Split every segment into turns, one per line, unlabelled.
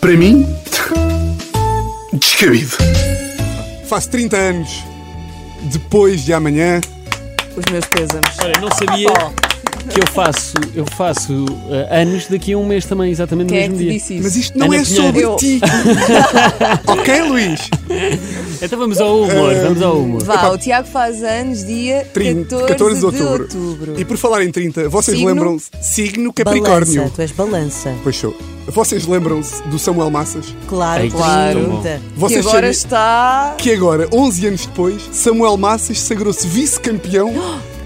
Para mim, descabido.
Faço 30 anos. Depois de amanhã.
Os meus pésames.
Olha, não sabia
Tá
que eu faço, eu faço eh, anos daqui a um mês também, exatamente
Quem é
no
que
mesmo
te
dia.
disse isso?
Mas isto não
Ana
é
Pinheiro.
sobre
Eu-
ti. ok, Luís?
Então vamos ao humor, vamos ao humor.
Vá, o Tiago faz anos dia
30,
14, de outubro.
E por falar em 30, vocês
Signo? então.
lembram-se? Signo Capricórnio.
Balança, tu és balança.
Pois sou. Vocês lembram-se do Samuel Massas?
Claro,
Ei,
claro.
tão bom.
Vocês
que agora
sabiam
está...
que agora, 11 anos depois, Samuel Massas sagrou-se vice-campeão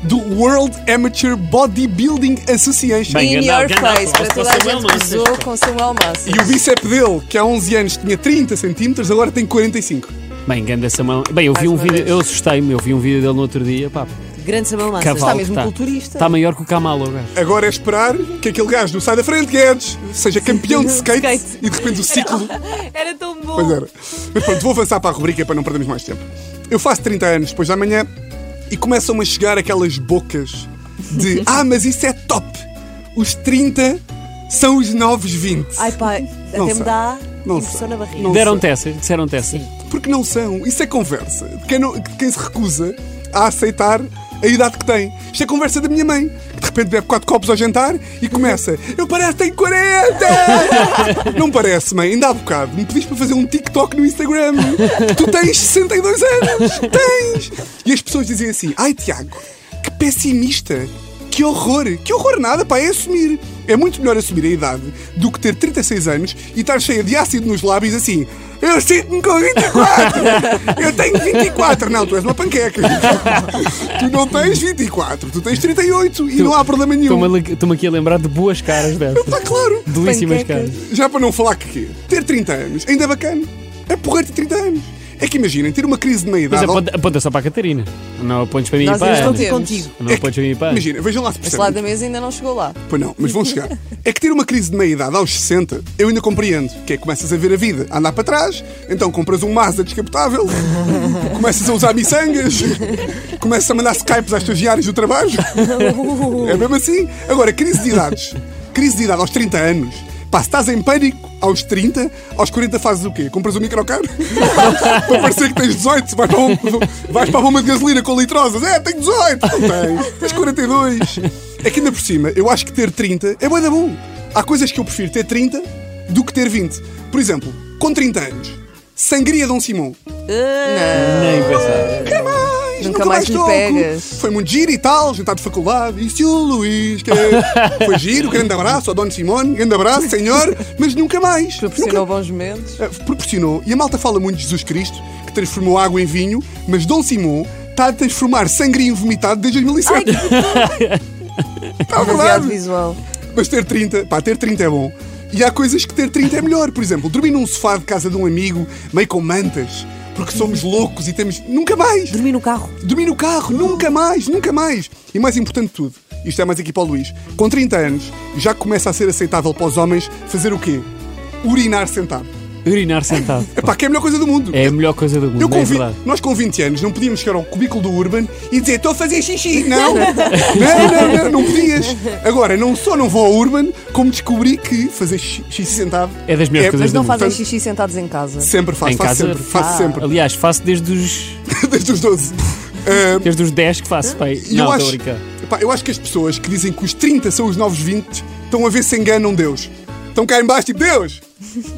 do World Amateur Bodybuilding Association.
Bem,
In
grande-
your
grande
face,
aplauso
para
para
toda a
Samuel
gente que
Massas,
usou
pá.
com Samuel Massa.
E o bíceps dele, que há 11 anos tinha 30 centímetros, agora tem 45.
Bem, ganda Samuel. Bem, eu
Mais
vi um
uma
vídeo,
vez. Ah,
eu assustei-me, eu vi um vídeo dele no outro dia, pá,
Grande Samuel Massas.
Cavalo.
Está mesmo
Tá.
culturista.
está maior que o Kamala, o gajo.
Agora é esperar que aquele gajo do Sai da Frente Guedes seja campeão de skate,
Skate.
e de repente o ciclo.
Era tão bom.
Pois era. Mas pronto, vou avançar para a rubrica para não perdermos mais tempo. Eu faço 30 anos depois da manhã e começam a chegar aquelas bocas de Ah, mas isso é top! Os 30 são os novos 20.
Ai pá,
Não
até
sei.
me dá
Não
impressão
sei.
na barriga.
Não
Deram
sei.
tessa, disseram tessa.
Porque não são. Isso é conversa. De Quem, não- de quem se recusa a aceitar a idade que tem. Isto é conversa da minha mãe, que de repente bebe 4 copos ao jantar e começa. Eu parece que tenho 40! não parece, mãe. Ainda há bocado me pediste para fazer um TikTok no Instagram. tu tens 62 anos! Tens! E as pessoas dizem assim: ai, Tiago, que pessimista! Que horror! Que horror nada, pá, é assumir. É muito melhor assumir a idade do que ter 36 anos e estar cheia de ácido nos lábios assim. Eu sinto-me com 24! Eu tenho 24! Não, tu és uma panqueca. Tu não tens 24, tu tens 38 e não há problema nenhum.
Estou-me ali- estou-me aqui a lembrar de boas caras dessas.
Está claro.
Delíssimas
Panquecas.
caras.
Já para não falar que quê? Ter 30 anos ainda é bacana. É porra ter 30 anos. É que imaginem, ter uma crise de
Mas é
meia-idade.
aponta, aponta só para a Catarina. Não apontes para mim e
Nós
para a
ainda não
Ana.
temos.
Contigo.
Não um apontes para mim e para a Ana.
é Imagina, vejam lá se
Este lado
percebem.
da mesa ainda não chegou lá.
Pois não, mas vão chegar. É que ter uma crise de meia-idade aos 60, eu ainda compreendo. Que é que começas a ver a vida a andar para trás, então compras um Mazda descapotável, começas a usar miçangas, começas a mandar Skypes às estagiárias do trabalho. É mesmo assim. Agora, crise de idades. Crise de idade aos 30 anos. Pá, se estás em pânico aos 30, aos 40 fazes o quê? Compras um microcarro? para parecer que tens 18, vais para, um, vais para a bomba de gasolina com litrosas. É, tenho 18! Não tens, tens 42. É que ainda por cima, eu acho que ter 30 é bué da bom. Há coisas que eu prefiro ter 30 do que ter 20. Por exemplo, com 30 anos, sangria Dom Simão.
Nem
Nunca
pensar.
mais,
Nunca mais me
toco.
pegas.
Foi muito giro e tal, jantar de faculdade. E se o Luís, que é- foi giro, grande abraço ao Dono Simone, grande abraço, senhor, mas nunca mais.
Proporcionou bons momentos.
Nunca- eh, proporcionou. E a malta fala muito de Jesus Cristo, que transformou água em vinho, mas Dom Simão está a transformar sangria em vomitado desde 2007. Está
Demasiado
Tá verdade.
visual.
Mas ter 30, pá, ter 30 é bom. E há coisas que ter 30 é melhor. Por exemplo, dormir num sofá de casa de um amigo, meio com mantas, porque somos loucos e temos. Nunca mais!
Dormi no carro.
Dormir no carro, nunca mais, nunca mais. E mais importante de tudo, isto é mais aqui para o Luís, com 30 anos já começa a ser aceitável para os homens fazer o quê? Urinar sentado.
Urinar sentado.
É pá, que é a melhor coisa do mundo.
É a melhor coisa do mundo,
Eu
não é
com vi-
verdade.
Nós com 20 anos não podíamos chegar ao cubículo do Urban e dizer estou a fazer xixi. Não. não, não, não, não podias. Agora, não só não vou ao Urban, como descobri que fazer xi- xixi sentado
É das melhores coisas
Mas não
do mundo.
fazem
Portanto,
xixi sentados em casa.
Sempre faço,
Em
faço
casa?
sempre, faço
Ah.
sempre.
Aliás, faço desde os,
Desde os 12. Ah,
desde os 10 que faço, pai.
E eu,
Não, estou a
acho,
brincar.
Epá, eu acho que as pessoas que dizem que os 30 são os novos 20 estão a ver se enganam Deus. Estão cá em baixo tipo, Deus,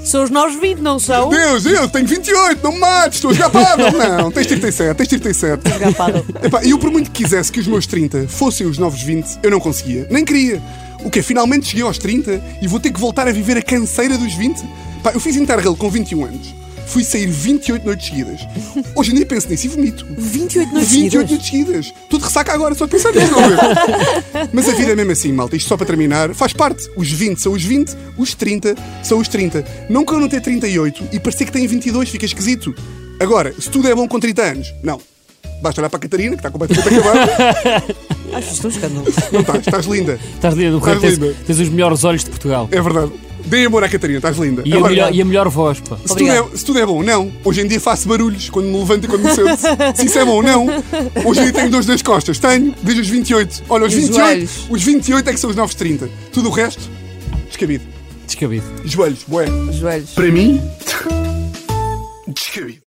São os nós 20, não são?
Deus, eu tenho 28, não me mates, estou esgapável. não, tens 37, tens 37.
Esgapado.
Epá, eu por muito que quisesse que os meus 30 fossem os novos 20, eu não conseguia, nem queria. O que Finalmente cheguei aos 30 e vou ter que voltar a viver a canseira dos 20? Pá, eu fiz Interrail com 21 anos. Fui sair 28 noites seguidas. Hoje em dia penso nisso e vomito.
28
28
noites seguidas.
noites seguidas. Tudo ressaca agora, só de pensar nisso. não é? Mas a vida é mesmo assim, malta. Isto só para terminar, faz parte. Os 20 são os 20, os 30 são os 30. Não que eu não tenha 38 e parecer que tenho 22, fica esquisito. Agora, se tudo é bom com 30 anos, não. Basta olhar para a Catarina, que está completamente acabada.
Ai, estou escândalo.
Não estás, estás linda.
Estás linda, Tá Rui,
Estás
tens,
linda.
tens os melhores olhos de Portugal.
É verdade. Dei amor à Catarina, estás linda.
E, a
Agora,
melhor, e a melhor voz, pá.
se tudo,
Obrigada.
é, se tudo é bom, não. Hoje em dia faço barulhos quando me levanto e quando me sento. Se isso é bom, não. Hoje em dia tenho dois das costas. Tenho, desde os 28. Olha, os
E os
28,
joelhos?
os 28 é que são os novos 30. Tudo o resto, descabido.
Descabido.
Joelhos, bué.
Joelhos.
Para mim, descabido.